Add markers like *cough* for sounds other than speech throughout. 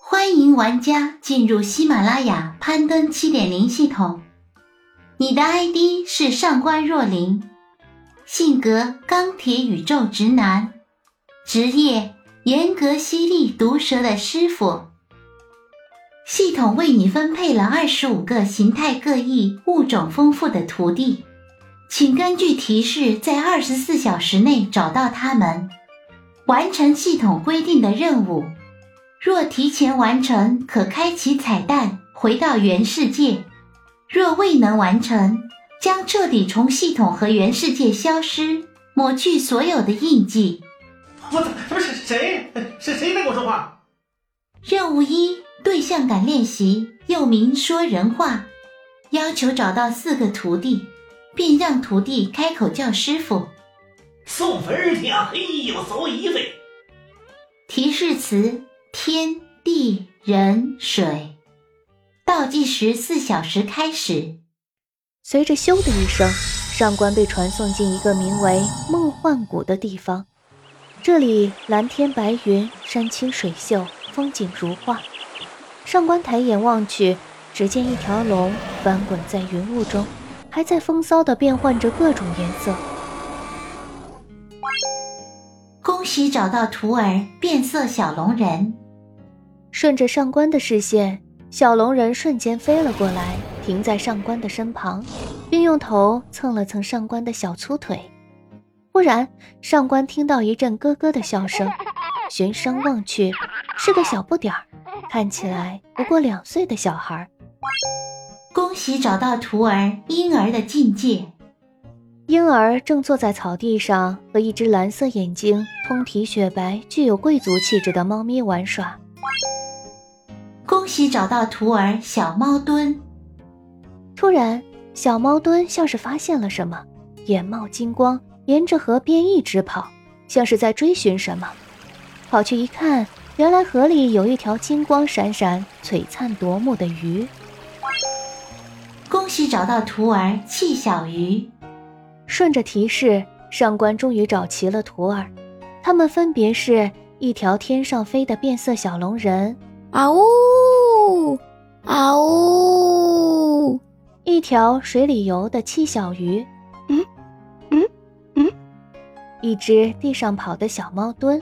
欢迎玩家进入喜马拉雅攀登七点零系统，你的 ID 是上官若琳，性格钢铁宇宙直男，职业严格犀利毒舌的师傅。系统为你分配了二十五个形态各异、物种丰富的徒弟，请根据提示在二十四小时内找到他们，完成系统规定的任务。若提前完成，可开启彩蛋回到原世界；若未能完成，将彻底从系统和原世界消失，抹去所有的印记。我操！他们是谁？是谁在跟我说话？任务一：对象感练习，又名说人话，要求找到四个徒弟，并让徒弟开口叫师傅。送坟是啊，嘿呦，扫一岁。提示词：天地人水。倒计时四小时开始。随着“咻”的一声，上官被传送进一个名为梦幻谷的地方。这里蓝天白云，山清水秀，风景如画。上官抬眼望去，只见一条龙翻滚在云雾中，还在风骚地变换着各种颜色。恭喜找到徒儿变色小龙人，顺着上官的视线，小龙人瞬间飞了过来，停在上官的身旁，并用头蹭了蹭上官的小粗腿。忽然，上官听到一阵咯咯的笑声，循声望去，是个小不点儿，看起来不过两岁的小孩儿。恭喜找到徒儿婴儿的境界。婴儿正坐在草地上，和一只蓝色眼睛、通体雪白、具有贵族气质的猫咪玩耍。恭喜找到徒儿小猫墩。突然，小猫墩像是发现了什么，眼冒金光，沿着河边一直跑，像是在追寻什么。跑去一看，原来河里有一条金光闪闪、璀璨夺目的鱼。恭喜找到徒儿气小鱼。顺着提示，上官终于找齐了徒儿，他们分别是一条天上飞的变色小龙人，啊呜啊呜！一条水里游的七小鱼，嗯嗯嗯，一只地上跑的小猫墩，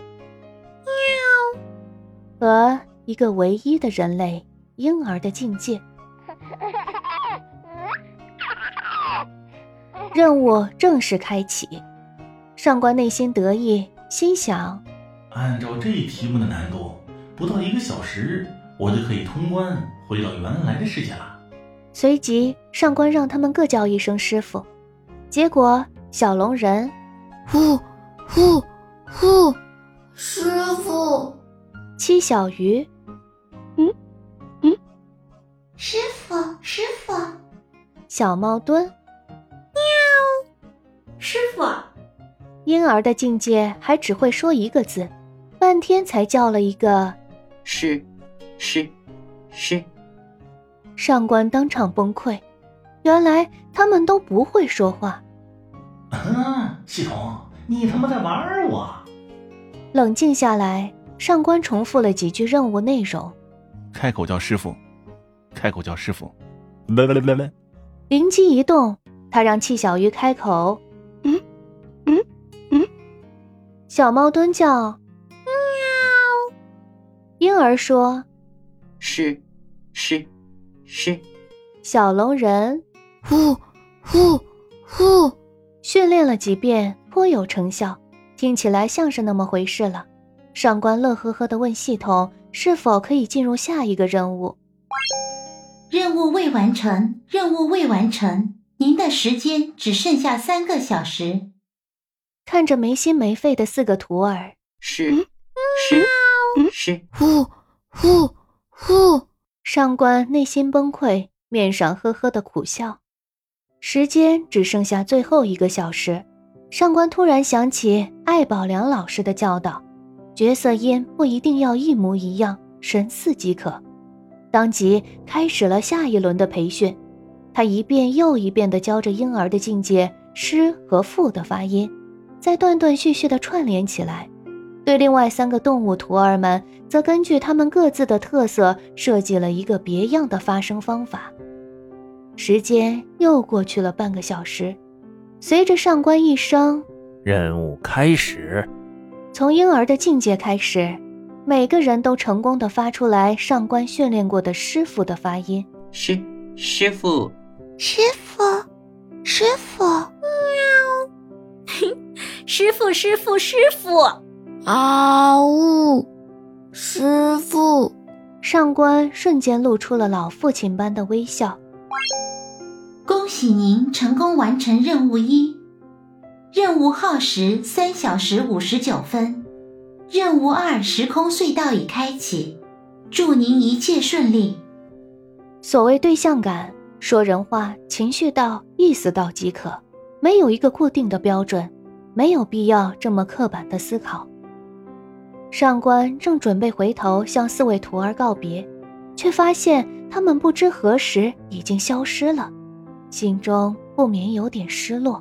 喵，和一个唯一的人类婴儿的境 *laughs* 界。任务正式开启，上官内心得意，心想：按照这题目的难度，不到一个小时，我就可以通关，回到原来的世界了。随即，上官让他们各叫一声师傅。结果，小龙人呼呼呼，师傅！七小鱼师傅，师傅，小猫墩师傅，婴儿的境界还只会说一个字，半天才叫了一个。是，是，是，上官当场崩溃，原来他们都不会说话。啊，系统，你他妈在玩我！冷静下来，上官重复了几句任务内容。开口叫师傅，开口叫师傅，来来来来，灵机一动，他让戚小鱼开口。嗯嗯嗯。小猫蹲叫，喵。婴儿说，是，是，是，小龙人呼呼呼！训练了几遍，颇有成效，听起来像是那么回事了。上官乐呵呵地问系统是否可以进入下一个任务。任务未完成，任务未完成，您的时间只剩下三个小时。看着没心没肺的四个徒儿，是，是，是，呼呼呼！上官内心崩溃，面上呵呵的苦笑。时间只剩下最后一个小时，上官突然想起艾宝良老师的教导：角色音不一定要一模一样，神似即可。当即开始了下一轮的培训，他一遍又一遍地教着婴儿的境界“诗”和“赋”的发音，再断断续续地串联起来。对另外三个动物徒儿们，则根据他们各自的特色设计了一个别样的发声方法。时间又过去了半个小时，随着上官一声任务开始，从婴儿的境界开始，每个人都成功的发出来上官训练过的师傅的发音。师师傅，师傅，师傅， *laughs* 师傅，师傅，师傅，啊呜，师傅，上官瞬间露出了老父亲般的微笑。恭喜您成功完成任务一，任务耗时三小时五十九分。任务二时空隧道已开启，祝您一切顺利。所谓对象感，说人话、情绪到、意思到即可，没有一个固定的标准，没有必要这么刻板的思考。上官正准备回头向四位徒儿告别，却发现他们不知何时已经消失了，心中不免有点失落。